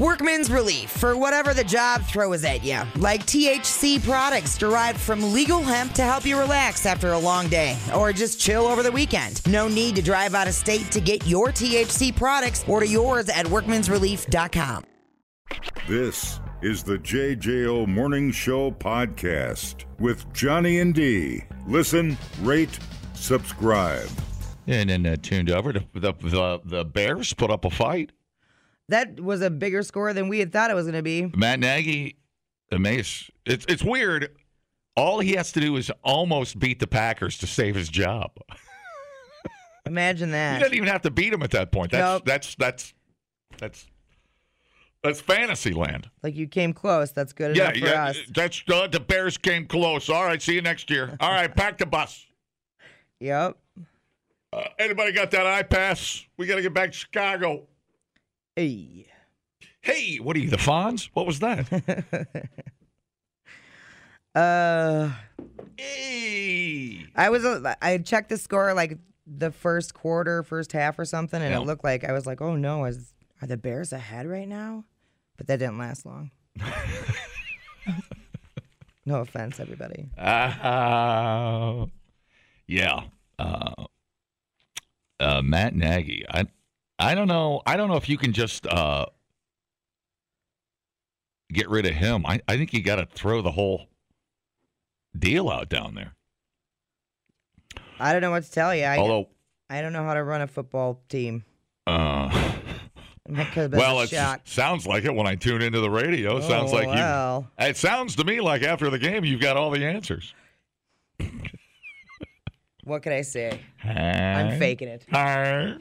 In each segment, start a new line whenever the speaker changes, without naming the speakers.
Workman's Relief for whatever the job throws at you, like THC products derived from legal hemp to help you relax after a long day or just chill over the weekend. No need to drive out of state to get your THC products. Order yours at workmansrelief.com.
This is the JJO Morning Show podcast with Johnny and D. Listen, rate, subscribe.
And then uh, tuned over to the, the the Bears put up a fight.
That was a bigger score than we had thought it was going to be.
Matt Nagy, amazed. It's it's weird. All he has to do is almost beat the Packers to save his job.
Imagine
He
that.
doesn't even have to beat them at that point. That's
Nope.
that's that's that's that's fantasy land.
Like you came close. That's good enough for
yeah.
us.
That's uh, the Bears came close. All right, see you next year. All right, pack the bus.
Yep.
Uh, anybody got that eye pass? We got to get back to Chicago.
Hey.
Hey, what are you, the Fonz? What was that?
Uh,
hey.
I was uh, I checked the score like the first quarter, first half or something, and
Yeah.
it looked like I was like, oh no, is are the Bears ahead right now? But that didn't last long. no offense, everybody.
Uh, yeah. Uh, uh, Matt Nagy. I I don't know. I don't know if you can just uh, get rid of him. I, I think you got to throw the whole deal out down there.
I don't know what to tell you. I,
Although,
I don't know how to run a football team.
uh,
That could have been
well,
a
it
shock.
sounds like it when I tune into the radio. It
Oh,
sounds like
well.
you. It sounds to me like after the game, you've got all the answers.
What could I say? I'm faking it.
Arr.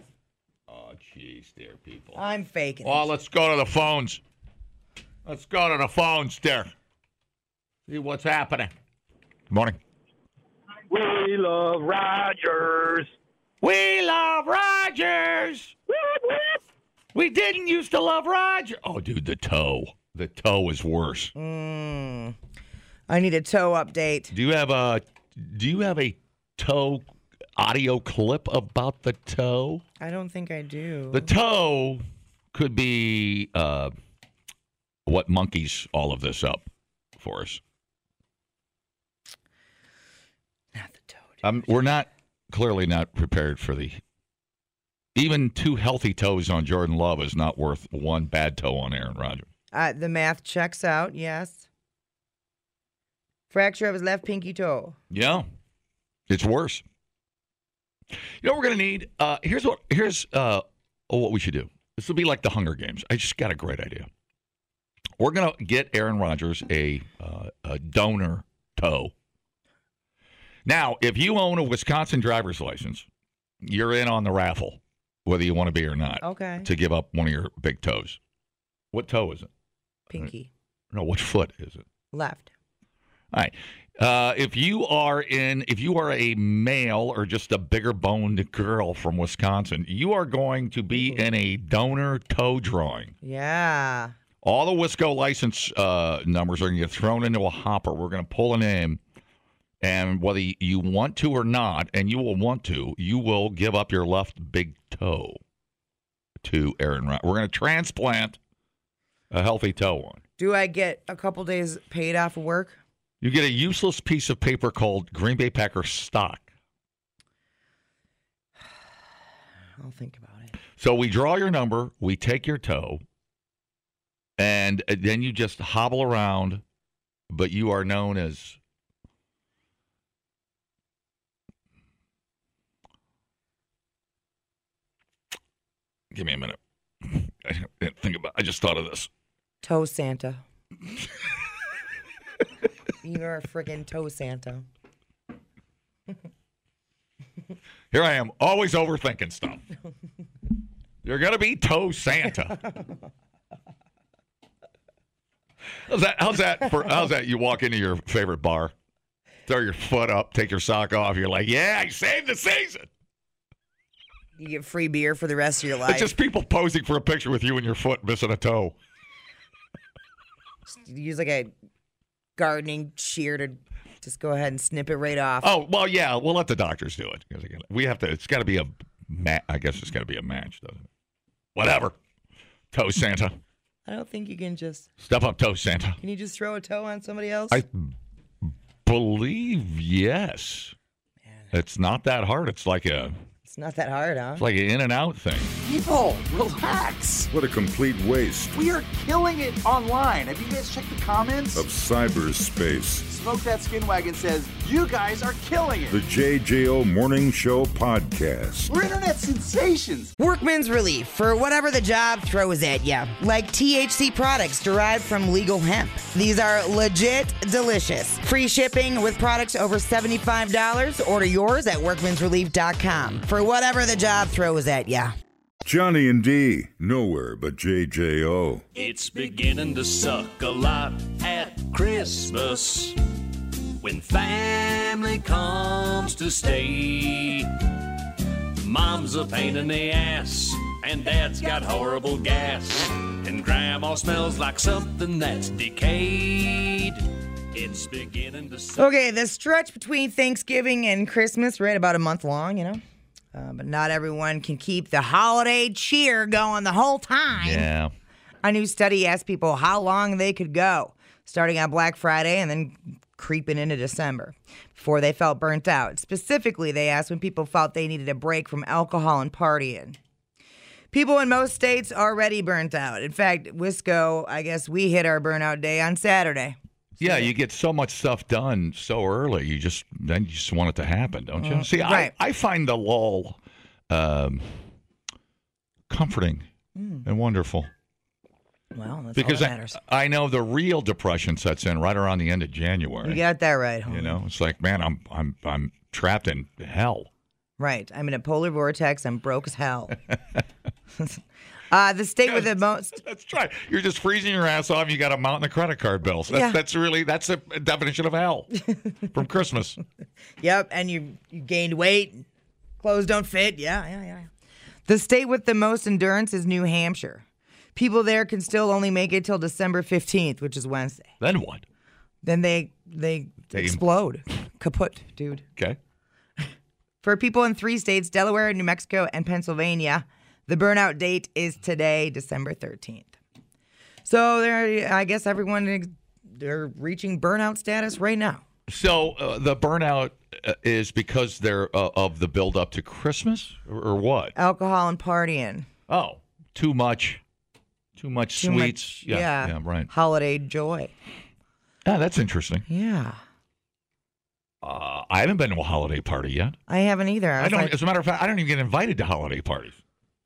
Oh, jeez, dear people.
I'm faking
Well,
it.
let's go to the phones. Let's go to the phones there. See what's happening. Morning.
We love Rogers.
We love Rogers. We didn't used to love Roger. Oh, dude, the toe. The toe is worse.
Mm. I need a toe update.
Do you have a Do you have a toe audio clip about the toe?
I don't think I do.
The toe could be uh, what monkeys all of this up for us.
Not the toe. dude.
Um, we're not clearly not prepared for the. Even two healthy toes on Jordan Love is not worth one bad toe on Aaron Rodgers.
Uh, the math checks out, yes. Fracture of his left pinky toe.
Yeah, it's worse. You know what we're gonna need? Uh, here's what here's uh, oh, what we should do. This will be like the Hunger Games. I just got a great idea. We're gonna get Aaron Rodgers a uh, a donor toe. Now, if you own a Wisconsin driver's license, you're in on the raffle, whether you want to be or not.
Okay.
to give up one of your big toes. What toe is it?
Pinky.
No, what foot is it?
Left.
All right. Uh, if you are in, if you are a male or just a bigger boned girl from Wisconsin, you are going to be in a donor toe drawing.
Yeah.
All the Wisco license uh, numbers are going to get thrown into a hopper. We're going to pull a name, and whether you want to or not, and you will want to, you will give up your left big toe to Aaron Rodgers. We're going to transplant a healthy toe on.
Do I get a couple days paid off of work?
You get a useless piece of paper called Green Bay Packers stock.
I'll think about it.
So we draw your number, we take your toe, and uh, then you just hobble around, but you are known as Give me a minute. I didn't think about I just thought of this.
Toe Santa. You're a friggin' toe Santa.
Here I am, always overthinking stuff. You're gonna be toe Santa. How's that? How's that? For how's that? You walk into your favorite bar, throw your foot up, take your sock off. You're like, yeah, I saved the season.
You get free beer for the rest of your life.
It's just people posing for a picture with you and your foot missing a toe.
Use like a gardening shear to just go ahead and snip it right off.
Oh well, yeah, we'll let the doctors do it. 'Cause again, We have to. It's got to be a. Ma- I guess it's got to be a match, doesn't it? Whatever. Toe Santa.
I don't think you can just
Step up, toe Santa.
can you just throw a toe on somebody else?
I believe yes. It's not that hard. It's like a
it's not that hard, huh?
it's like an in and out thing.
People, relax.
What a complete waste
We are killing it online. Have you guys checked the comments?
of cyberspace.
Smoke That Skin Wagon says, You guys are killing it.
The JJO Morning Show Podcast.
We're internet sensations.
Workman's relief for whatever the job throws at you, like THC products derived from legal hemp. These are legit delicious. Free shipping with products over $75. Order yours at workmansrelief.com for whatever the job throws at you.
Johnny and D, nowhere but JJO.
It's beginning to suck a lot at Christmas when family comes to stay. Mom's a pain in the ass, and dad's got horrible gas, and grandma smells like something that's decayed. It's beginning to suck.
Okay, the stretch between Thanksgiving and Christmas, right about a month long, you know? Uh, but not everyone can keep the holiday cheer going the whole time.
Yeah.
A new study asked people how long they could go, starting on Black Friday and then creeping into December before they felt burnt out. Specifically, they asked when people felt they needed a break from alcohol and partying. People in most states already burnt out. In fact, Wisco, I guess we hit our burnout day on Saturday.
Yeah, you get so much stuff done so early. You just then you just want it to happen, don't you? See,
Mm. right.
I, I find the lull um, comforting and wonderful
Well, Mm. that's
because
all that
I,
matters.
I know the real depression sets in right around the end of January.
you got that right, homie.
You know, it's like, man, I'm I'm I'm trapped in hell.
Right. I'm in a polar vortex. I'm broke as hell. uh, the state with the most.
That's right. You're just freezing your ass off. You got a mountain of credit card bills. That's,
Yeah.
that's really that's a definition of hell from Christmas.
Yep, and you, you gained weight. Clothes don't fit. Yeah, yeah, yeah. The state with the most endurance is New Hampshire. People there can still only make it till December 15th, which is Wednesday.
Then what?
Then they they,
They-
explode. Kaput, dude.
Okay.
For people in three states, Delaware, New Mexico, and Pennsylvania, the burnout date is today, December 13th. So there I guess everyone they're reaching burnout status right now.
So uh, the burnout uh, is because they're uh, of the build up to Christmas or, or what?
Alcohol and partying.
Oh, too much, too much
Too much-
sweets. yeah, yeah, right.
Holiday joy.
Yeah, that's interesting.
Yeah.
Uh, I haven't been to a holiday party yet.
I haven't either. I,
I
was
don't.
like,
as a matter of fact, I don't even get invited to holiday parties.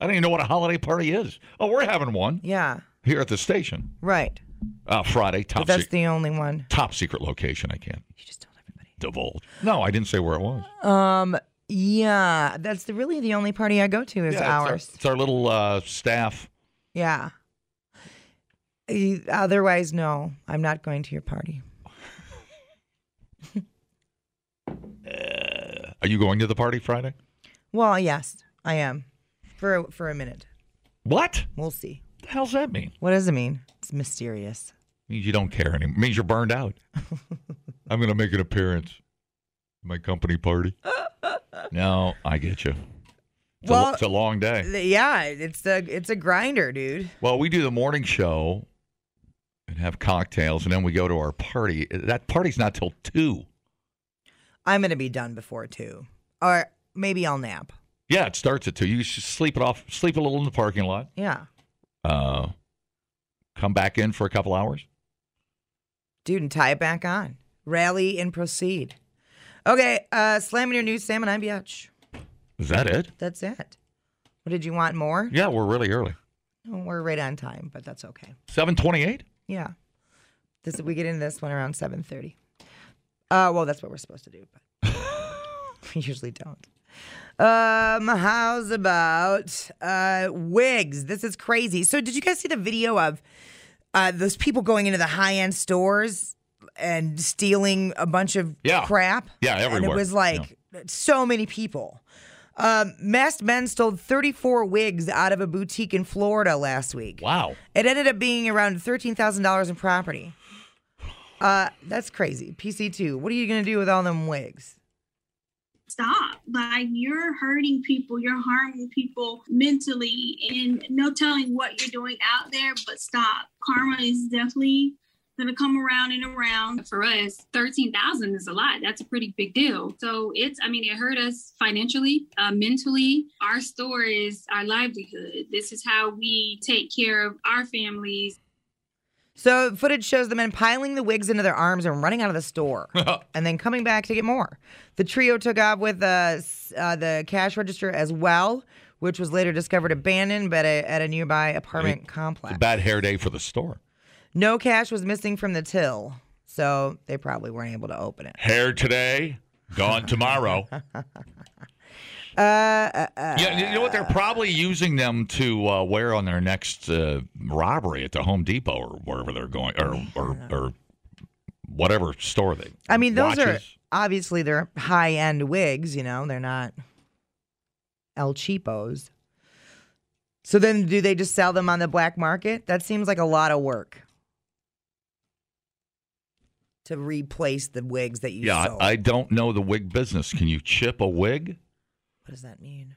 I don't even know what a holiday party is. Oh, we're having one
yeah,
here at the station
right.
uh, Friday.
But
Top
that's
sec-
the only one.
top secret location. I can't
You just told everybody.
divulge. No, I didn't say where it was.
Um, yeah, that's the, really the only party I go to is
Yeah, It's our,
ours.
it's our little uh, staff.
Yeah. E- Otherwise, no, I'm not going to your party.
Are you going to the party Friday?
Well, yes, I am. For a, for a minute,
What?
we'll see.
The hell's that mean?
What does it mean? It's mysterious.
Means you don't care anymore. Means you're burned out. I'm going to make an appearance at my company party. no, I get you. It's, a,
Well- uh,
it's a long day.
Th- Yeah, it's a it's a grinder, dude.
Well, we do the morning show and have cocktails, and then we go to our party. That party's not till 2.
I'm gonna be done before two, or maybe I'll nap.
Yeah, it starts at 2. You should sleep it off, sleep a little in the parking lot,
Yeah,
uh, come back in for a couple hours.
dude, and tie it back on. Rally and proceed. Okay, uh, slamming your new salmon. I'm Biatch.
Is that it?
That's it. What did you want more?
Yeah, we're really early.
No, We're right on time, but that's okay.
728?
Yeah. This we get into this one around 7:30. Uh well, that's what we're supposed to do, but we usually don't. Um how's about uh wigs? This is crazy. So did you guys see the video of uh those people going into the high-end stores and stealing a bunch of
Yeah.
crap?
Yeah,
And it
everywhere.
was like so many people. Um, masked men stole 34 wigs out of a boutique in Florida last week.
Wow.
It ended up being around thirteen thousand dollars in property. Uh, that's crazy. PC two. What are you gonna do with all them wigs?
stop. Like you're hurting people, you're harming people mentally, and no telling what you're doing out there, but stop. Karma is definitely gonna come around and around.
Uh,
For us, thirteen thousand is a lot. That's a pretty big deal. So it's, I mean, it hurt us financially, uh, mentally. Our store is our livelihood. This is how we take care of our families.
So footage shows the men piling the wigs into their arms and running out of the store, and then coming back to get more. The trio took off with uh, s- uh, the cash register as well, which was later discovered abandoned, but a, at a nearby apartment complex.
It's a bad hair day for the store.
no cash was missing from the till, so they probably weren't able to open it.
Hair today, gone tomorrow.
Uh, uh, uh,
yeah, you know what? They're probably using them to uh, wear on their next uh, robbery at the Home Depot or wherever they're going, or or, or whatever store they.
I mean, those are
watches.
obviously they're high end wigs. You know, they're not El Cheapos. So then, do they just sell them on the black market? That seems like a lot of work to replace the wigs that you
Yeah,
sold.
I, I don't know the wig business. Can you chip a wig?
what does that mean?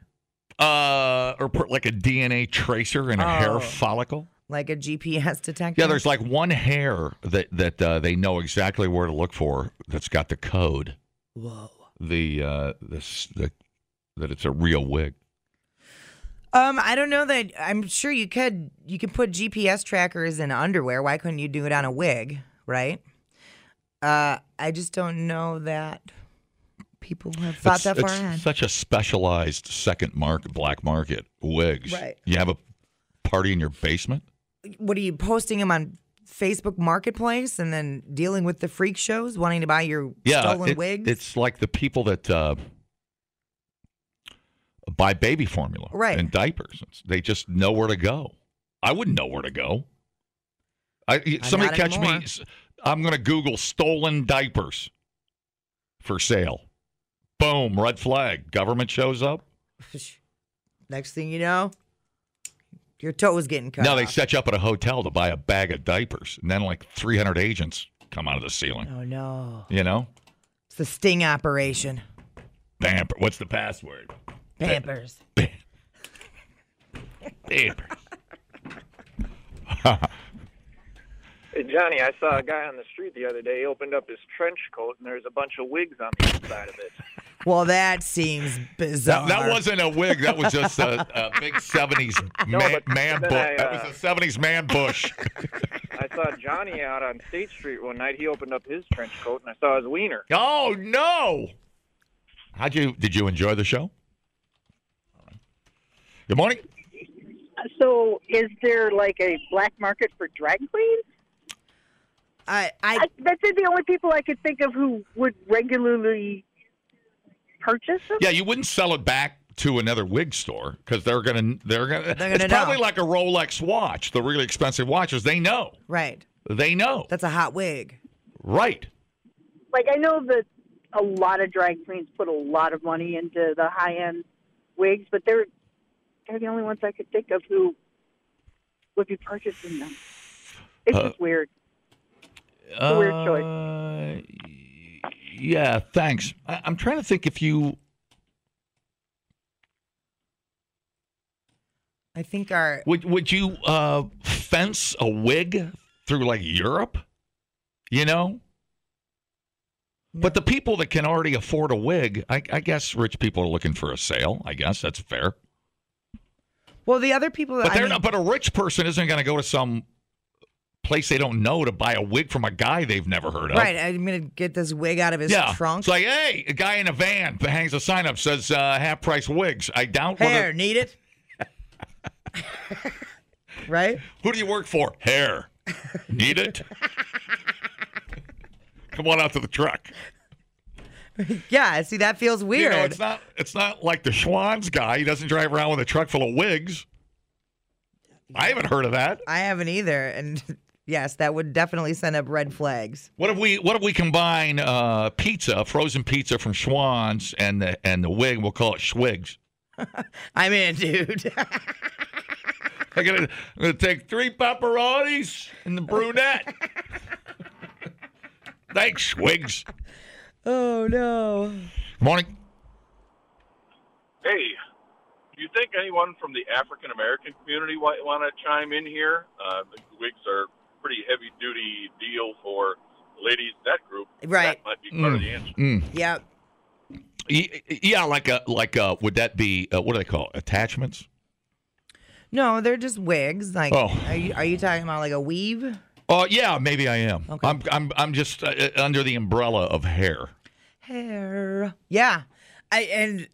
Uh, or put like a DNA tracer in a
Oh.
hair follicle?
Like a GPS detector?
Yeah, there's like one hair that that uh, they know exactly where to look for. That's got the code.
Whoa.
The uh, this the that it's a real wig.
Um, I don't know that. I'm sure you could. You could put GPS trackers in underwear. Why couldn't you do it on a wig? Right. Uh, I just don't know that people have thought
It's-
that far
it's
ahead.
Such a specialized second mark black market wigs.
Right.
You have a party in your basement.
what are you posting them on Facebook Marketplace and then dealing with the freak shows wanting to buy your stolen
it-
wigs?
It's like the people that uh, buy baby formula
Right.
and diapers. It's- They just know where to go. I wouldn't know where to go. I, somebody
not
catch
anymore.
me. s- I'm going to Google stolen diapers for sale. Boom, red flag. Government shows up.
Next thing you know, your toe is getting cut.
now they
off.
set you up at a hotel to buy a bag of diapers, and then like 300 agents come out of the ceiling.
Oh no!
You know,
It's the sting operation.
Pamper. What's the password?
Pampers.
Pamper.
Hey, Johnny, I saw a guy on the street the other day. He opened up his trench coat, and there's a bunch of wigs on the inside of it.
Well, that seems bizarre.
That, that wasn't a wig. That was just a, a big '70s man,
but then
man bush.
I,
that
uh,
was a '70s man bush.
I saw Johnny out on State Street one night. He opened up his trench coat, and I saw his wiener.
oh no! How'd you? Did you enjoy the show? Good morning.
So, is there like a black market for drag queens?
I, I
I, that's the only people I could think of who would regularly purchase them.
Yeah, you wouldn't sell it back to another wig store because they're gonna they're gonna.
They're gonna
it's
know.
probably like a Rolex watch. The really expensive watches, they know.
right.
They know.
That's a hot wig.
right.
Like, I know that a lot of drag queens put a lot of money into the high end wigs, but they're they're the only ones I could think of who would be purchasing them. It's just weird. a weird choice.
Uh, yeah, thanks. I, I'm trying to think if you
I think our
Would would you uh, fence a wig through like Europe? You know. But the people that can already afford a wig, I, I guess rich people are looking for a sale. I guess that's fair.
well, the other people.
But
I
they're
mean,
not. But a rich person isn't going to go to some place they don't know to buy a wig from a guy they've never heard of.
right. I'm gonna get this wig out of his
Yeah.
trunk.
It's like, hey, a guy in a van hangs a sign up says uh, half price wigs. I doubt.
Hair,
Whether,
need it? right?
who do you work for? Hair. Need it? Come on out to the truck.
Yeah, see, that feels weird.
You know, it's not it's not like the Schwann's guy. He doesn't drive around with a truck full of wigs. I haven't heard of that.
I haven't either. And yes, that would definitely send up red flags.
What if we what if we combine uh, pizza, frozen pizza from Schwann's and the and the wig? We'll call it Schwigs.
I'm in, dude.
I'm gonna, I'm gonna take three pepperonis and the brunette. Thanks, Schwigs.
oh, no.
Morning.
Hey, do you think anyone from the African American community might want to chime in here? Uh, the wigs are pretty heavy duty deal for ladies. That group,
Right.
That might be part of the answer.
Yep.
Y- Mm, Yeah, like a like a, would that be uh, what do they call it? attachments?
No, they're just wigs. Like,
Oh.
are, you, are you talking about like a weave?
Oh yeah, maybe I am. I'm I'm I'm just uh, uh, under the umbrella of hair.
Hair. Yeah. I and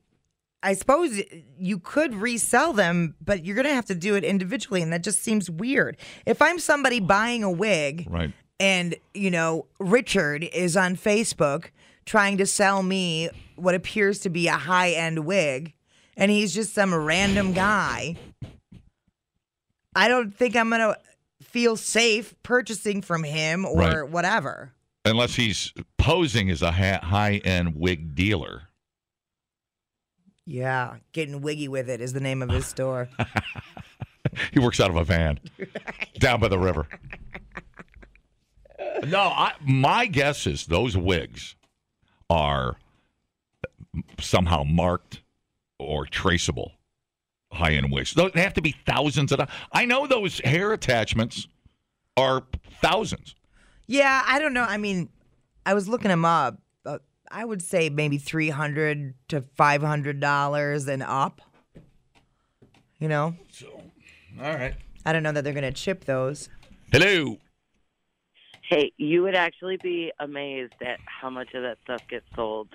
I suppose you could resell them, but you're gonna have to do it individually, and that just seems weird. If I'm somebody buying a wig,
Right.
and you know Richard is on Facebook trying to sell me what appears to be a high end wig, and he's just some random guy. I don't think I'm gonna feel safe purchasing from him or
Right.
whatever.
Unless he's posing as a ha- high end wig dealer.
Yeah, getting wiggy with it is the name of his store.
He works out of a van down by the river. No, I, my guess is those wigs are somehow marked or traceable high end wigs. Those, they have to be thousands of dollars. I know those hair attachments are thousands.
yeah, I don't know. I mean, I was looking him up. But I would say maybe three hundred to five hundred dollars and up. You know,
All right.
I don't know that they're gonna chip those.
Hello.
Hey, you would actually be amazed at how much of that stuff gets sold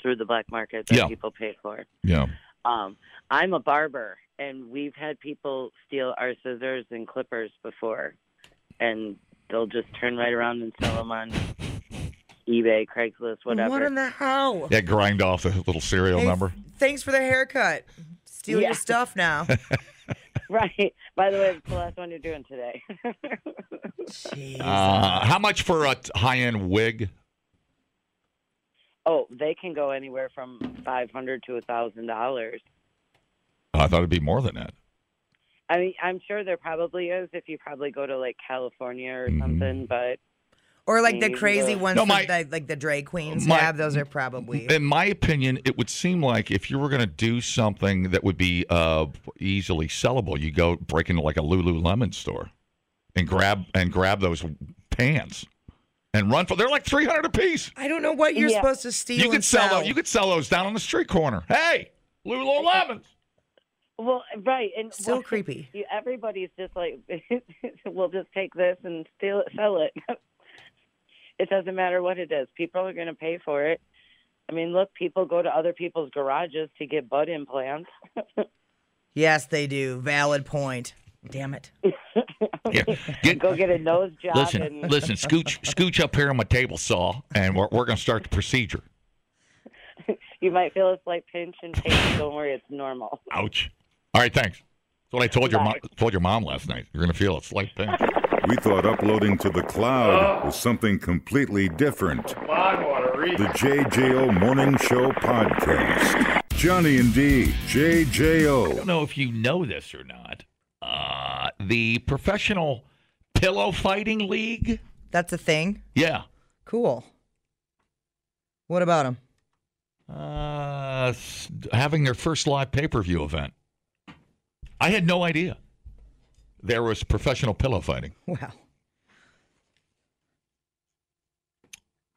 through the black market that
Yeah.
people pay for.
Yeah.
Um, I'm a barber, and we've had people steal our scissors and clippers before, and they'll just turn right around and sell them on eBay, Craigslist, whatever.
What in the hell?
Yeah, grind off the little serial
Hey,
number.
Thanks for the haircut. Steal
Yeah.
your stuff now.
right. By the way, it's the last one you're doing today.
Uh, how much for a high end wig?
oh, they can go anywhere from five hundred to a thousand dollars.
I thought it'd be more than that.
I mean, I'm sure there probably is if you probably go to like California or
Mhm.
something, but
Or like the
Mm,
crazy
no.
ones
No,
that like, like the drag queens
my-
have. Those are probably
In my opinion, it would seem like if you were going to do something that would be uh, easily sellable, you go break into like a Lululemon store and grab and grab those pants and run for. They're like three hundred a piece.
I don't know what you're
Yeah.
supposed to steal.
you could
and
sell,
sell.
those. You could sell those down on the street corner. Hey, Lululemon.
well, right, and
Still
well,
creepy.
You, everybody's just like, we'll just take this and steal it, sell it. it doesn't matter what it is. People are going to pay for it. I mean, look, people go to other people's garages to get butt implants.
Yes, they do. Valid point. Damn it.
go get a nose job.
Listen,
and
listen, scooch, scooch up here on my table saw, and we're we're going to start the procedure.
You might feel a slight pinch and pain. Don't worry, it's normal.
Ouch. All right, thanks. That's what I told your mom. Told your mom last night. You're going to feel a slight pain.
We thought uploading to the
Oh.
cloud was something completely different. The JJO Morning Show Podcast. Johnny and D, JJO.
don't know if you know this or not. Uh, the professional pillow fighting league.
That's a thing.
Yeah.
Cool. What about them?
Uh, s- having their first live pay per view event. I had no idea there was professional pillow fighting.
Well,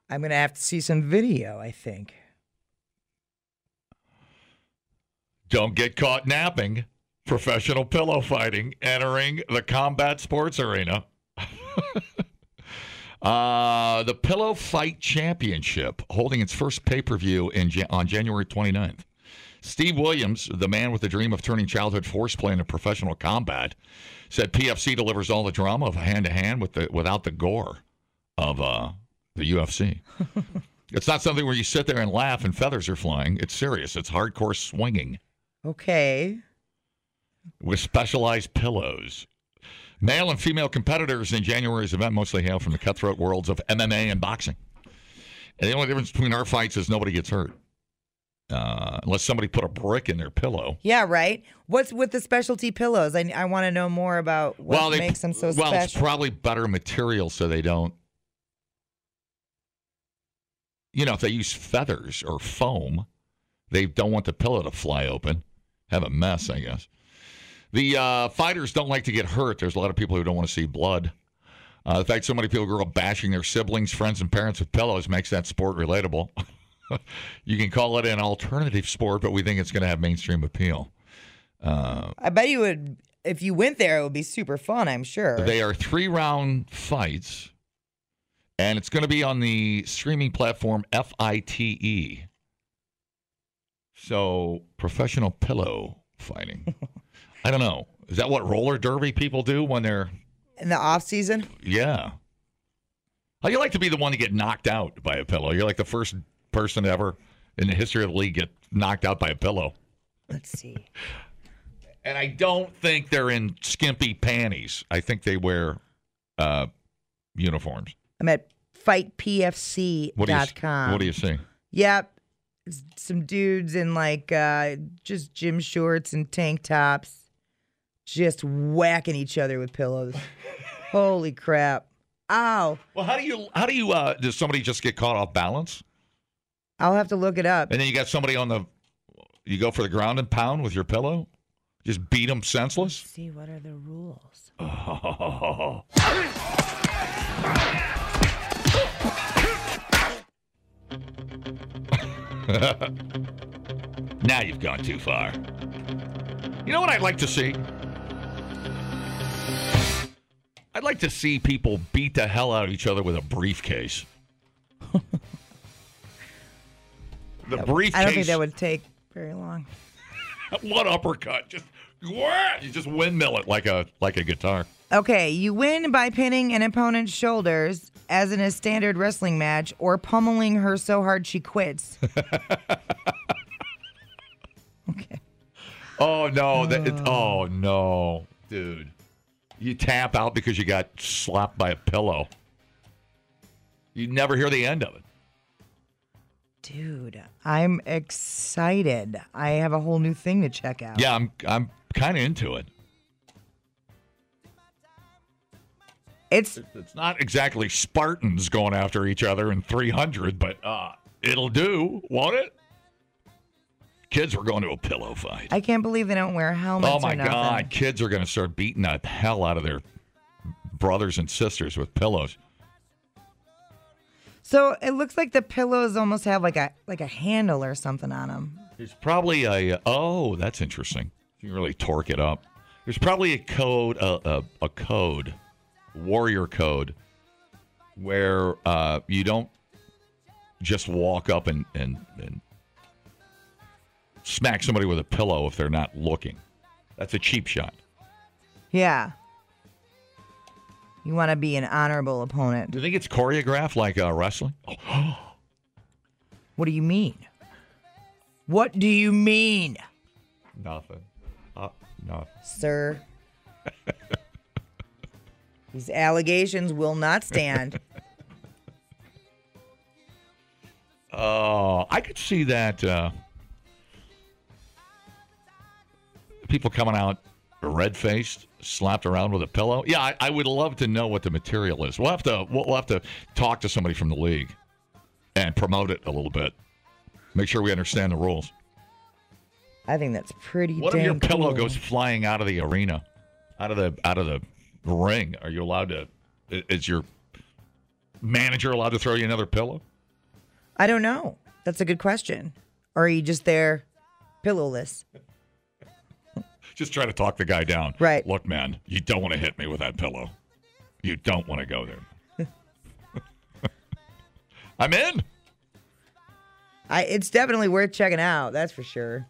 I'm gonna have to see some video. I think.
Don't get caught napping. Professional pillow fighting entering the combat sports arena. uh, the Pillow Fight Championship holding its first pay per view in Ja- on January 29th. Steve Williams, the man with the dream of turning childhood horseplay into professional combat, said PFC delivers all the drama of hand to hand with the without the gore of uh, the UFC. it's not something where you sit there and laugh and feathers are flying. It's serious. It's hardcore swinging
Okay.
with specialized pillows. Male and female competitors in January's event mostly hail from the cutthroat worlds of MMA and boxing. And the only difference between our fights is nobody gets hurt. Uh, unless somebody put a brick in their pillow.
Yeah. Right. What's with the specialty pillows? I I want to know more about what
they-
makes them so
well, it's
special.
probably better material so they don't. You know, if they use feathers or foam, They don't want the pillow to fly open. Have a mess, I guess. The uh, fighters don't like to get hurt. There's a lot of people who don't want to see blood. Uh, the fact so many people grow up bashing their siblings, friends, and parents with pillows makes that sport relatable. you can call it an alternative sport, but we think it's going to have mainstream appeal. Uh,
I bet you would, if you went there, it would be super fun, I'm sure.
They are three round fights, and it's going to be on the streaming platform FITE. E. So, professional pillow fighting. I don't know. Is that what roller derby people do when they're.
In the off season?
Yeah. How you like to be the one to get knocked out by a pillow? You're like the first person ever in the history of the league get knocked out by a pillow.
Let's see.
And I don't think they're in skimpy panties. I think they wear uh, uniforms.
I'm at fightpfc.com.
What do you, s- what do you see?
Yep. S- Some dudes in like uh, just gym shorts and tank tops just whacking each other with pillows. Holy crap. Ow.
Well, how do you how do you uh, does somebody just get caught off balance?
I'll have to look it up.
And then you got somebody on the you go for the ground and pound with your pillow? Just beat them senseless?
See, what are the rules?
Oh. now you've gone too far. You know what I'd like to see? I'd like to see people beat the hell out of each other with a briefcase. the briefcase.
I don't think that would take very long.
One uppercut, just wah, you just windmill it like a like a guitar.
Okay, you win by pinning an opponent's shoulders, as in a standard wrestling match, or pummeling her so hard she quits.
Oh no! That, it, oh no, dude! You tap out because you got slapped by a pillow. You never hear the end of it.
Dude, I'm excited. I have a whole new thing to check out.
Yeah, I'm I'm kind of into it.
It's
it's not exactly Spartans going after each other in 300, but uh, it'll do, won't it? Kids were going to a pillow fight.
I can't believe they don't wear helmets
Oh my
or nothing.
God! Kids are going to start beating the hell out of their brothers and sisters with pillows.
So it looks like the pillows almost have like a like a handle or something on them.
There's probably a oh, that's interesting. You can really torque it up. There's probably a code, a, a, a code, warrior code, where uh, you don't just walk up and, and and smack somebody with a pillow if they're not looking. That's a cheap shot.
Yeah. You want to be an honorable opponent.
Do you think it's choreographed like uh, wrestling? Oh,
What do you mean? What do you mean,
nothing. Uh, nothing.
sir? These allegations will not stand.
Oh, I could see that uh, people coming out red faced, slapped around with a pillow. Yeah, I, I would love to know what the material is. We'll have to we'll, we'll have to talk to somebody from the league and promote it a little bit. Make sure we understand the rules.
I think that's pretty
What
dang
if your pillow
cool.
goes flying out of the arena, out of the out of the ring? Are you allowed to? i- Is your manager allowed to throw you another pillow?
I don't know. That's a good question. Or are you just there pillowless?
Just try to talk the guy down.
Right.
Look, man, you don't want to hit me with that pillow. You don't want to go there. I'm in.
I it's definitely worth checking out, that's for sure.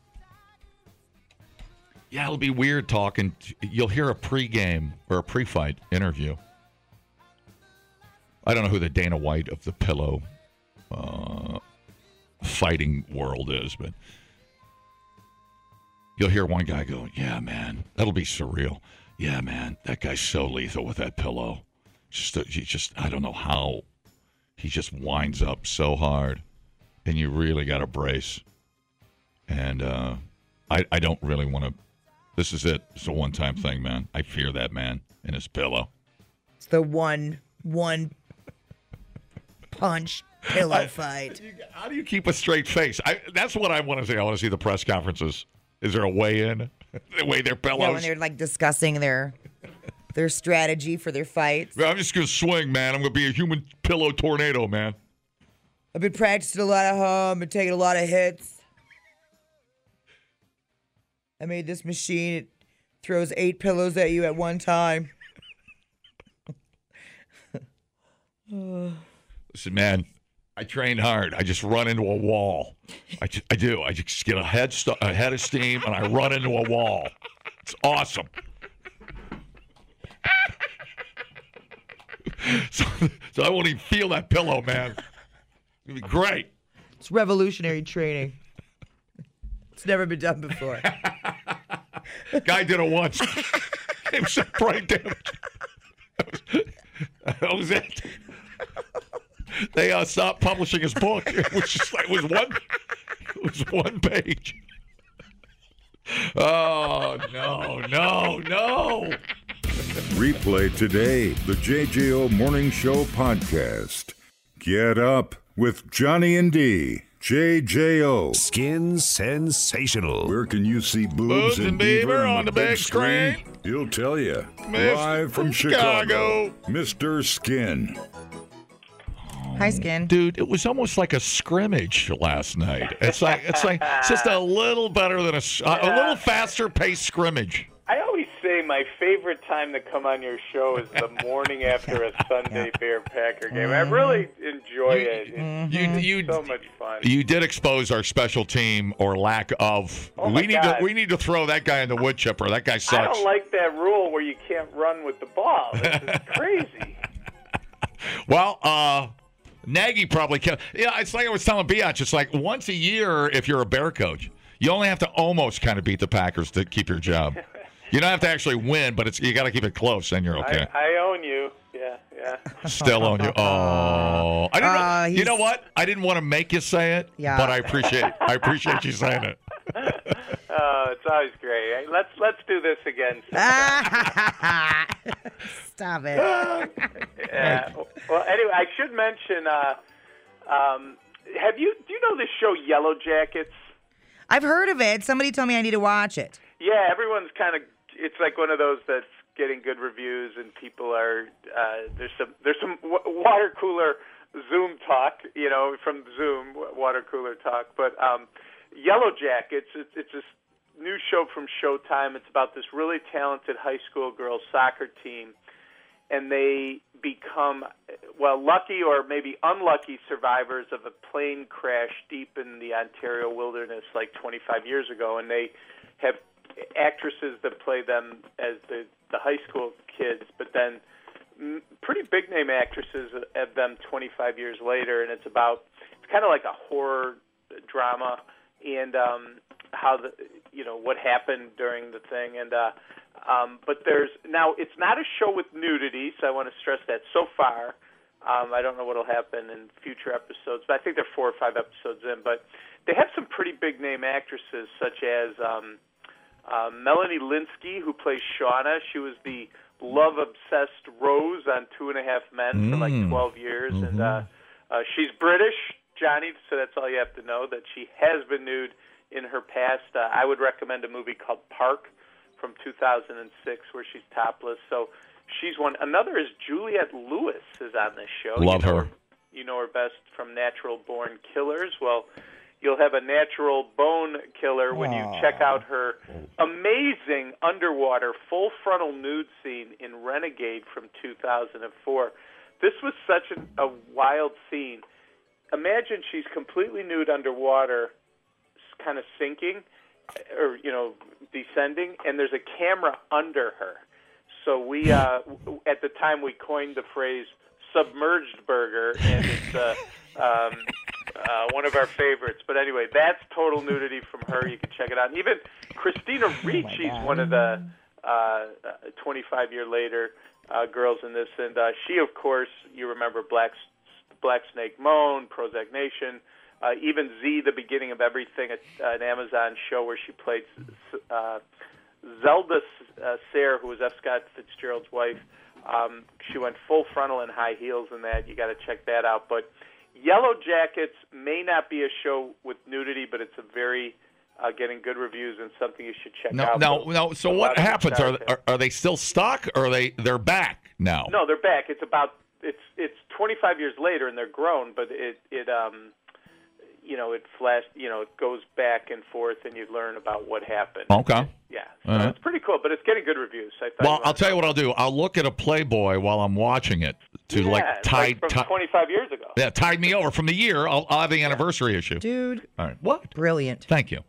Yeah, it'll be weird talking. You'll hear a pregame or a pre-fight interview. I don't know who the Dana White of the pillow uh, fighting world is, but you'll hear one guy go, "Yeah, man, that'll be surreal. Yeah, man, that guy's so lethal with that pillow. Just, he just, I don't know how he just winds up so hard, and you really got to brace. And uh, I, I don't really want to. This is it. It's a one-time thing, man. I fear that man and his pillow.
It's the one one punch pillow fight.
How do you keep a straight face? I, that's what I want to see. I want to see the press conferences. Is there a weigh in? they weigh their
Yeah, when
pillows.
they're like discussing their their strategy for their fights.
I'm just going to swing, man. I'm going to be a human pillow tornado, man.
I've been practicing a lot at home. Been taking a lot of hits. I made this machine. It throws eight pillows at you at one time.
Listen, man, I trained hard. I just run into a wall. I, ju- I do. I just get a head, st- a head of steam and I run into a wall. It's awesome. so, so I won't even feel that pillow, man. It'd be great.
It's revolutionary training. It's never been done before.
Guy did it once. it was brain damage. That was, that was it. They uh, stopped publishing his book. It was just like, it was one, it was one page. Oh no, no, no!
Replay today the JJO Morning Show podcast. Get up with Johnny and D. JJO. Skin sensational. Where can you see boobs,
Boobs and Beaver on the big screen?
He'll tell you.
Miss-
Live from
Chicago.
Chicago, Mr. Skin.
Hi, skin.
Dude, it was almost like a scrimmage last night. It's like it's like it's just a little better than a s- a- a little faster paced scrimmage.
I always say my favorite time to come on your show is the morning after a Sunday Bear Packer game. I really
Oh,
enjoy it. It's
you,
so much fun.
You did expose our special team or lack of.
Oh my
we need
God.
to we need to throw that guy in the wood chipper. That guy
I
sucks.
don't like that rule where you can't run with the ball. This is crazy.
well, uh Nagy probably can. Yeah, it's like I was telling Biatch. It's like once a year if you're a bear coach, you only have to almost kind of beat the Packers to keep your job. you don't have to actually win, but it's you got to keep it close, and you're okay.
I, I own you. Yeah, yeah.
Still on you. Oh, I don't
Uh,
know. You
he's-
know what? I didn't want to make you say it,
Yeah.
but I appreciate I appreciate you saying it.
Oh, it's always great. Hey, Let's let's do this again.
Stop it.
Yeah. Well, anyway, I should mention. Uh, um, have you? Do you know this show Yellow Jackets?
I've heard of it. Somebody told me I need to watch it.
Yeah, everyone's kind of. It's like one of those that's getting good reviews, and people are. Uh, there's some. There's some w- water cooler Zoom talk. You know, from Zoom w- water cooler talk. But um, Yellow Jackets. It's it's this new show from Showtime. It's about this really talented high school girls soccer team, and they become well lucky or maybe unlucky survivors of a plane crash deep in the Ontario wilderness like 25 years ago, and they have actresses that play them as the the high school kids, but then mm, pretty big name actresses of them 25 years later, and it's about it's kind of like a horror drama and um, how the you know what happened during the thing and uh, um, but there's now it's not a show with nudity, so I want to stress that so far. Um, I don't know what'll happen in future episodes, but I think they're four or five episodes in. But they have some pretty big name actresses, such as um, uh, Melanie Linsky, who plays Shauna. She was the love obsessed Rose on Two and a Half Men for like
Mm.
12 years, and uh, uh, she's British, Johnny. So that's all you have to know that she has been nude in her past. Uh, I would recommend a movie called Park from 2006 where she's topless. So she's one. Another is Juliette Lewis is on this show.
Love
you know
her.
You know her best from Natural Born Killers. Well, you'll have a natural bone killer when you check out her amazing underwater full frontal nude scene in Renegade from 2004. This was such an, a wild scene. Imagine she's completely nude underwater, kind of sinking or you know descending, and there's a camera under her. So we uh, w- at the time we coined the phrase submerged burger, and it's uh, um, uh, one of our favorites. But anyway, that's total nudity from her. You can check it out. And even Christina Ricci's one of the uh, uh, 25 year later uh, girls in this, and uh, she of course you remember Black Black Snake Moan, Prozac Nation. Uh, even Z, the beginning of everything, uh, an Amazon show where she played uh, Zelda uh, Sayre, who was F. Scott Fitzgerald's wife. Um, she went full frontal in high heels in that. You got to check that out. But Yellow Jackets may not be a show with nudity, but it's a very uh, getting good reviews and something you should check
No,
out.
no, no. So what happens? Are, are are they still stuck, or are they they're back now?
No, they're back. It's about it's it's 25 years later and they're grown, but it it um you know it flash you know it goes back and forth and you learn about what happened.
Okay.
Yeah, so
All right.
it's pretty cool, but it's getting good reviews. I thought.
Well, I'll tell you what I'll do. I'll look at a Playboy while I'm watching it to
yeah,
like
it's
tide
from
ti-
25 years ago.
yeah, tide me over from the year. I'll, I'll have the anniversary issue,
dude.
All right, what?
Brilliant.
Thank you.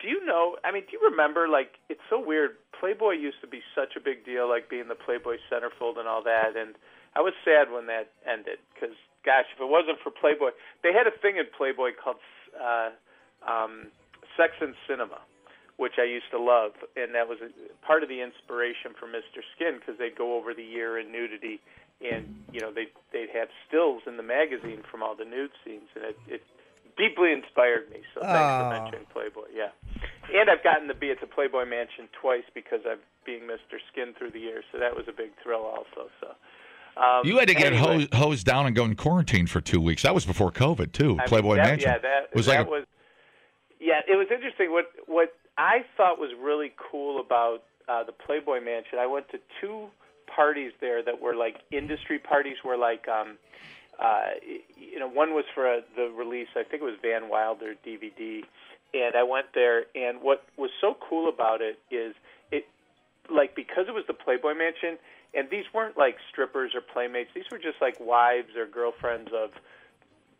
Do you know? I mean, do you remember? Like, it's so weird. Playboy used to be such a big deal, like being the Playboy centerfold and all that. And I was sad when that ended because, gosh, if it wasn't for Playboy, they had a thing in Playboy called uh, um, Sex and Cinema, which I used to love, and that was a, part of the inspiration for Mr. Skin because they'd go over the year in nudity, and you know they they'd have stills in the magazine from all the nude scenes, and it, it deeply inspired me. So thanks
Aw.
Ah.
for mentioning Playboy. Yeah. And I've gotten to be at the Playboy Mansion twice because I've being Mr. Skin through the years, so that was a big thrill also. So um,
you had to get
anyway,
hosed, hosed down and go in quarantine for two weeks. That was before COVID too.
I mean,
Playboy
that-
Mansion
Yeah, that
was
that
like a-
was. Yeah, it was interesting. What what I thought was really cool about uh, the Playboy Mansion, I went to two parties there that were like industry parties, where like um, uh, y- you know, one was for uh the release. I think it was Van Wilder DVD, and I went there. And what was so cool about it is it like because it was the Playboy Mansion, and these weren't like strippers or playmates. These were just like wives or girlfriends of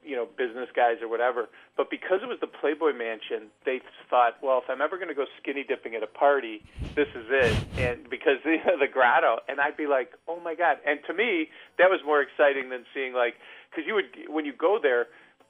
you know business guys or whatever. But because it was the Playboy Mansion, they thought, well, if I'm ever going to go skinny dipping at a party, this is it. And because you know, the grotto, and I'd be like, oh my god. And to me, that was more exciting than seeing like because you would when you go there,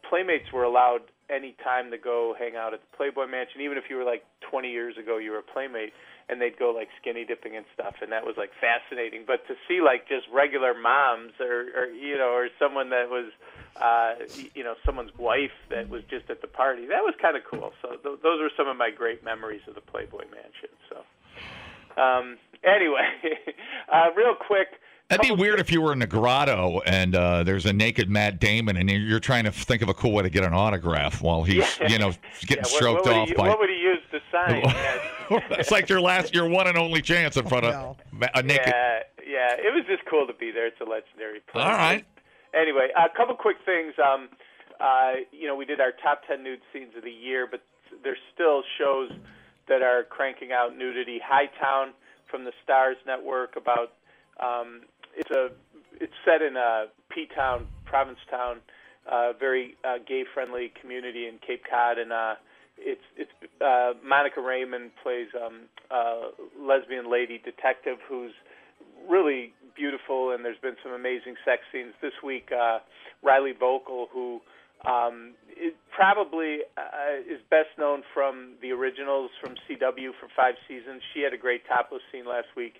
playmates were allowed any time to go hang out at the Playboy Mansion, even if you were like 20 years ago, you were a playmate. And they'd go like skinny dipping and stuff, and that was like fascinating. But to see like just regular moms, or, or you know, or someone that was uh, y- you know, someone's wife that was just at the party. That was kind of cool. So th- those were some of my great memories of the Playboy Mansion. So, um, anyway, uh, real quick,
That'd be weird if you were in the grotto and uh, there's a naked Matt Damon and you're trying to think of a cool way to get an autograph while he's,
Yeah.
you know,
yeah,
getting
what,
stroked
what would
off
he,
by.
what would he use to sign? Yeah.
it's like your last, your one and only chance in front of ma- a naked.
Yeah, yeah, it was just cool to be there. It's a legendary place.
All right.
Anyway, a couple quick things. Um, uh, you know, we did our top ten nude scenes of the year, but there's still shows that are cranking out nudity. Hightown from the Stars Network about um, it's a it's set in a P town, Provincetown, uh, very uh, gay-friendly community in Cape Cod, and uh, it's it's uh, Monica Raymond plays um, a lesbian lady detective who's really beautiful, and there's been some amazing sex scenes this week. Uh, Riley Vocal, who um, is probably uh, is best known from the originals from CW for five seasons, she had a great topless scene last week.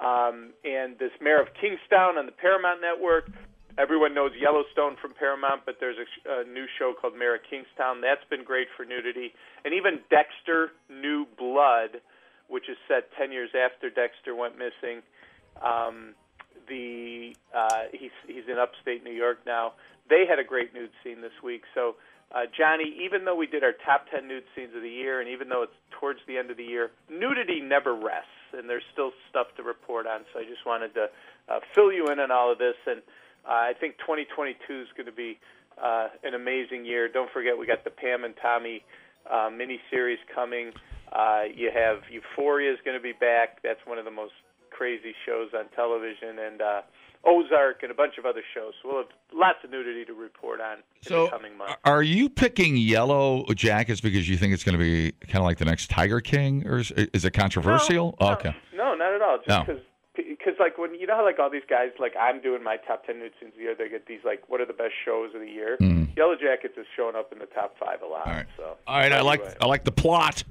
Um, and this mayor of Kingstown on the Paramount Network. Everyone knows Yellowstone from Paramount, but there's a, sh- a new show called Mayor of Kingstown. That's been great for nudity. And even Dexter New Blood, which is set 10 years after Dexter went missing. Um, the uh, he's, he's in upstate New York now. They had a great nude scene this week. So, uh, Johnny, even though we did our top 10 nude scenes of the year, and even though it's towards the end of the year, nudity never rests, and there's still stuff to report on. So I just wanted to uh, fill you in on all of this. And uh, I think 2022 is going to be uh, an amazing year. Don't forget, we got the Pam and Tommy uh, miniseries coming. Uh, you have Euphoria is going to be back. That's one of the most crazy shows on television, and uh, Ozark and a bunch of other shows. So we'll have lots of nudity to report on in
So,
the coming months.
Are you picking yellow jackets because you think it's going to be kind of like the next Tiger King, or is, is it controversial? okay.
No, not at all.
No.
Just because, because like when you know how like all these guys like I'm doing my top ten nude scenes of the year. They get these like what are the best shows of the year.
Hmm.
Yellow Jackets is showing up in the top five a lot. So
All right, I like
Anyway.
I like the plot.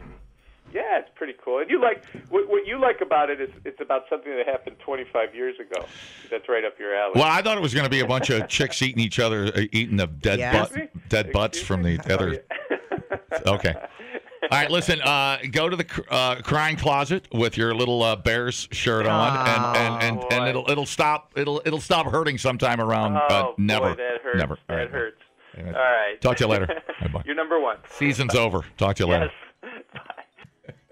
Yeah, it's pretty cool. And you like what, what you like about it is it's about something that happened 25 years ago. That's right up your alley.
Well, I thought it was going to be a bunch of chicks eating each other, uh, eating the dead
Yeah.
butt,
Excuse me? Oh,
dead butts from the other. okay. All right, listen. Uh, go to the cr- uh, crying closet with your little uh, Bears shirt on, and, and, and, and it'll it'll stop it'll it'll stop hurting sometime around. uh,
oh,
never,
boy, that hurts.
never. All
That
right.
hurts.
All
right.
Talk to you later. Bye-bye.
You're number one.
Season's over. Talk to you later.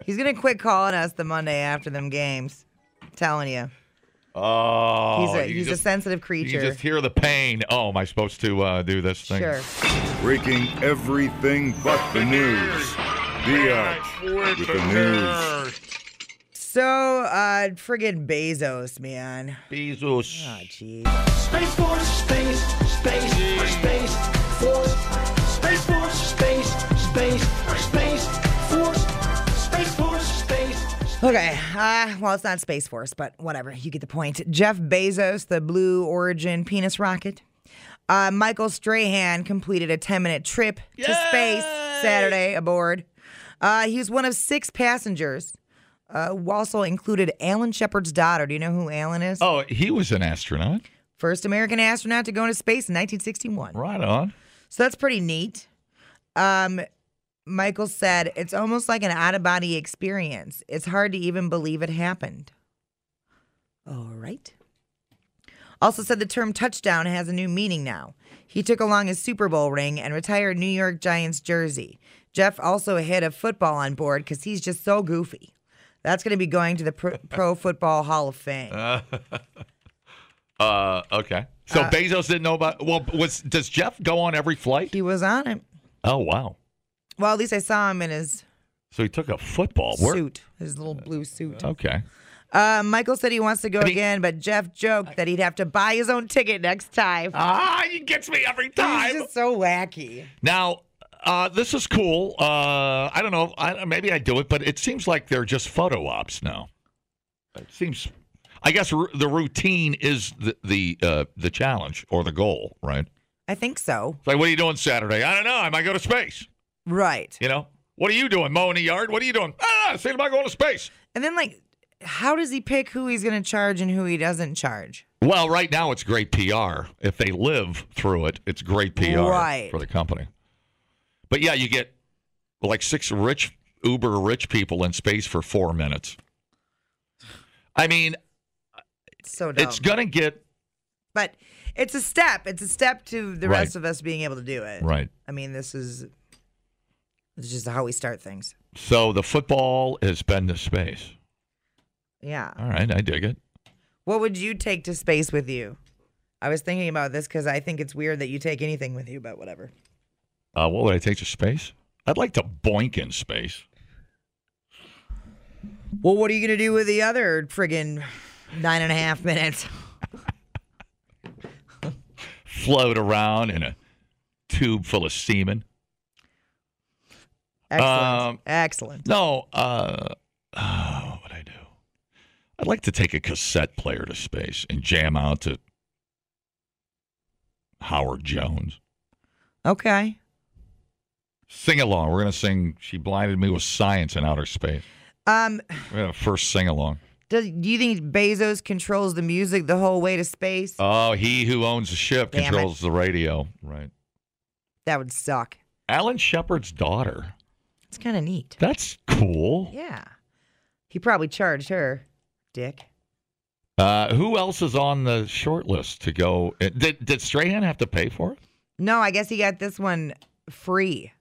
He's gonna quit calling us the Monday after them games. telling you,
Oh,
he's a
you
he's a
just-
sensitive
You
creature.
can just hear the pain. Oh, am I supposed to uh, do this thing?
Sure.
Breaking everything but the news. Biatch with the news.
So, uh, friggin' Bezos, man.
Bezos.
Oh, jeez.
Space Force, space, space, space, force, space force, space, space, space, force, space force, space.
Okay. Uh, well, it's not Space Force, but whatever. You get the point. Jeff Bezos, the Blue Origin penis rocket. Uh, Michael Strahan completed a 10 minute trip to space Saturday aboard. Uh, he was one of six passengers, uh, who also included Alan Shepard's daughter. Do you know who Alan is?
Oh, he was an astronaut.
First American astronaut to go into space in 1961.
Right on.
So that's pretty neat. Um, Michael said, it's almost like an out of body experience. It's hard to even believe it happened. All right. Also said the term touchdown has a new meaning now. He took along his Super Bowl ring and retired New York Giants jersey. Jeff also hit a football on board because he's just so goofy. That's going to be going to the Pro, Pro Football Hall of Fame.
Uh, uh, okay. So Bezos didn't know about. Well, was does Jeff go on every flight?
He was on it.
Oh wow.
Well, at least I saw him in his
So he took a football Where-
suit, his little blue suit.
Okay.
Uh, Michael said he wants to go again, but Jeff joked that he'd have to buy his own ticket next time.
Ah, he gets me every time.
He's just so wacky.
Now, uh, this is cool. Uh, I don't know. I, maybe I do it, but it seems like they're just photo ops now. It seems. I guess r- the routine is the the, uh, the challenge or the goal, right?
I think so.
It's like, what are you doing Saturday? I don't know. I might go to space.
Right.
You know, what are you doing? Mowing the yard? What are you doing? Ah, thinking about going to space.
And then, like, how does he pick who he's going to charge and who he doesn't charge?
Well, right now it's great PR. If they live through it, it's great PR
Right.
for the company. But yeah, you get like six rich, uber rich people in space for four minutes. I mean,
So dumb.
it's going to get
but it's a step. It's a step to the
Right.
rest of us being able to do it.
Right.
I mean, this is this is just how we start things.
so the football has been to space.
Yeah.
All right, I dig it.
What would you take to space with you? I was thinking about this because I think it's weird that you take anything with you, but whatever.
Uh, what would I take to space? I'd like to boink in space.
Well, what are you going to do with the other friggin' nine and a half minutes?
float around in a tube full of semen.
Excellent.
Um,
Excellent.
No, uh, oh, what I do? I'd like to take a cassette player to space and jam out to Howard Jones.
Okay.
Sing along. We're gonna sing. She blinded me with science in outer space.
Um,
We're gonna first sing along.
does, do you think Bezos controls the music the whole way to space?
Oh, he who owns the ship
Damn it.
controls the radio. Right.
That would suck.
Alan Shepard's daughter.
It's kind of neat.
That's cool.
Yeah. He probably charged her, Dick.
Uh, who else is on the short list to go? uh, Did did Strahan have to pay for it?
No, I guess he got this one free.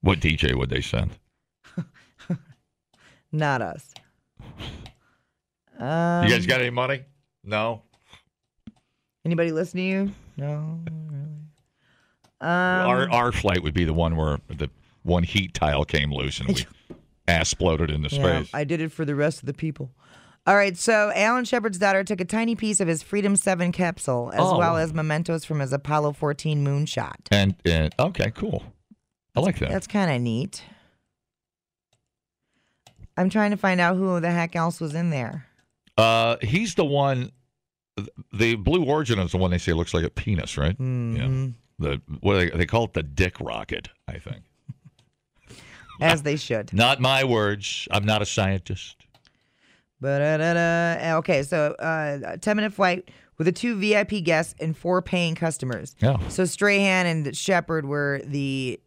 What DJ would they send?
Not us. Um,
you guys got any money? No.
anybody listen to you? No, really. Um,
our our flight would be the one where the one heat tile came loose and we ass exploded into
Yeah,
space.
I did it for the rest of the people. All right, so Alan Shepard's daughter took a tiny piece of his Freedom 7 capsule, as
Oh.
well as mementos from his Apollo 14 moonshot.
And, and okay, cool. I like that.
That's kind of neat. I'm trying to find out who the heck else was in there.
Uh, he's the one. The Blue Origin is the one they say looks like a penis, right?
Mm. Mm-hmm.
Yeah. The what do they, they call it the dick rocket, I think.
As they should.
Not my words. I'm not a scientist.
Ba-da-da-da. Eh, Okay, so uh, a 10 minute flight with the two VIP guests and four paying customers.
Yeah.
So Strahan and Shepard were the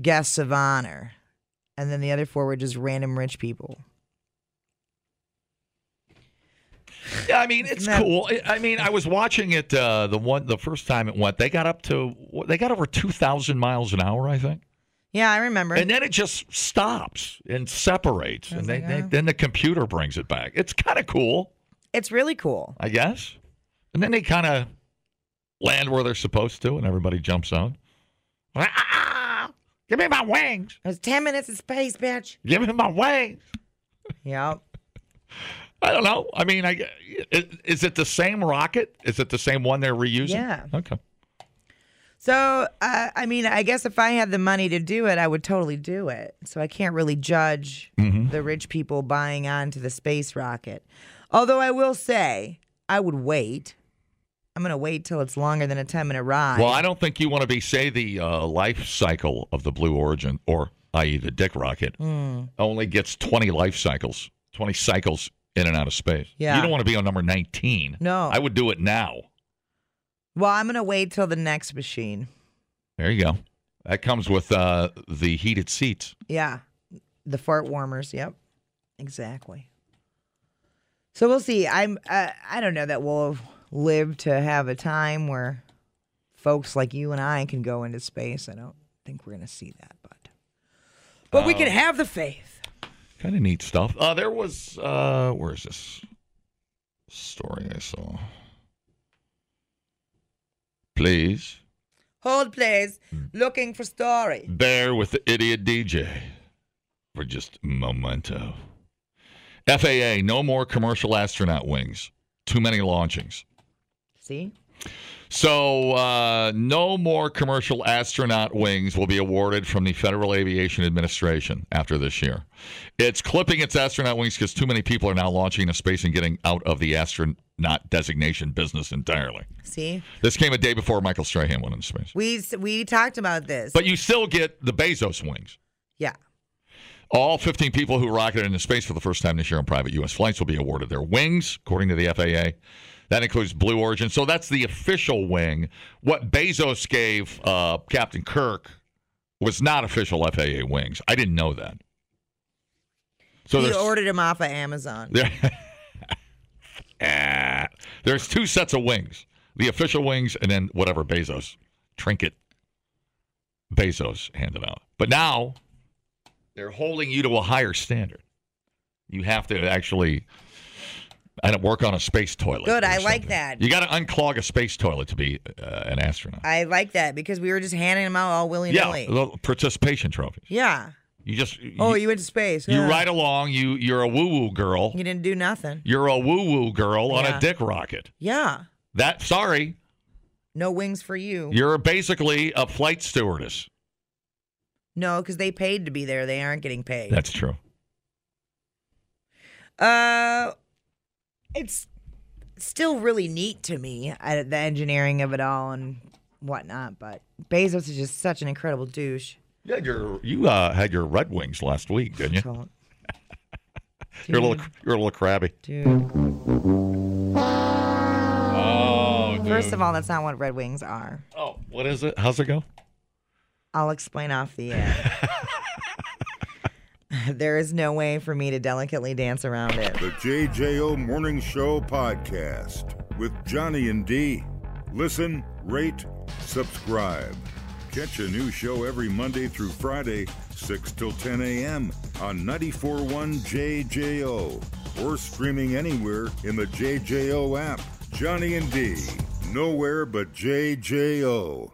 guests of honor, and then the other four were just random rich people.
Yeah, I mean it's cool. I- I mean, I was watching it uh, the one the first time it went. They got up to they got over two thousand miles an hour, I think,
Yeah, I remember.
and then it just stops and separates, and they, they, then the computer brings it back. It's kind of cool,
it's really cool.
I guess. And then they kind of land where they're supposed to, and everybody jumps out. Ah, Give me my wings.
It was 10 minutes of space, bitch.
Give me my wings.
Yep.
I don't know. I mean, I is, is it the same rocket? Is it the same one they're reusing?
Yeah.
Okay.
So, uh, I mean, I guess if I had the money to do it, I would totally do it. So I can't really judge
Mhm.
the rich people buying onto the space rocket. Although I will say, I would wait. I'm going to wait till it's longer than a 10 minute ride.
Well, I don't think you want to be say the uh, life cycle of the Blue Origin, or i.e. the Dick Rocket,
Mm.
only gets twenty life cycles, twenty cycles in and out of space.
Yeah.
you don't want to be on number nineteen.
No.
I would do it now.
Well, I'm going to wait till the next machine.
There you go. That comes with uh, the heated seats.
Yeah. The fart warmers. Yep. Exactly. So we'll see. I'm. Uh, I don't know that we'll live to have a time where folks like you and I can go into space. I don't think we're gonna see that, but but we can
Oh.
have the faith.
Kind of neat stuff. Uh, there was uh, where is this story I saw? Please
Hold, please.
Hmm.
Looking for story.
bear with the idiot DJ for just a momento. FAA, no more commercial astronaut wings. Too many launchings.
See.
So, uh, no more commercial astronaut wings will be awarded from the Federal Aviation Administration after this year. It's clipping its astronaut wings because too many people are now launching into space and getting out of the astronaut designation business entirely.
See.
This came a day before Michael Strahan went into space.
We s- we talked about this.
But you still get the Bezos wings.
yeah.
All 15 people who rocketed into space for the first time this year on private U.S. flights will be awarded their wings, according to the FAA. That includes Blue Origin. So that's the official wing. What Bezos gave uh, Captain Kirk was not official FAA wings. I didn't know that. So
he
there's,
ordered him off of Amazon.
Ah. there's two sets of wings the official wings and then whatever Bezos trinket Bezos handed out. But now they're holding you to a higher standard. You have to actually I don't work on a space toilet.
Good.
or
I like
something.
that.
You got to unclog a space toilet to be uh, an astronaut.
I like that because we were just handing him out all willy
yeah,
nilly.
the participation trophy.
Yeah.
You just
Oh,
you,
you went to space.
you
yeah.
ride along. You you're a woo woo girl.
You didn't do nothing.
You're a woo woo girl on
Yeah.
a dick rocket.
Yeah.
That sorry,
No wings for you.
you're basically a flight stewardess.
No, because they paid to be there. They aren't getting paid.
That's true.
Uh, it's still really neat to me uh, the engineering of it all and whatnot. But Bezos is just such an incredible douche.
Yeah, you're you uh, had your Red Wings last week, didn't you? you're a little you're a little crabby. Oh, dude.
First of all, that's not what red wings are.
oh, what is it? How's it go?
I'll explain off the air. there is no way for me to delicately dance around it.
The JJO Morning Show podcast with Johnny and D. Listen, rate, subscribe. Catch a new show every Monday through Friday, 6 till 10 a.m. on 94.1 JJO or streaming anywhere in the JJO app. Johnny and D. Nowhere but JJO.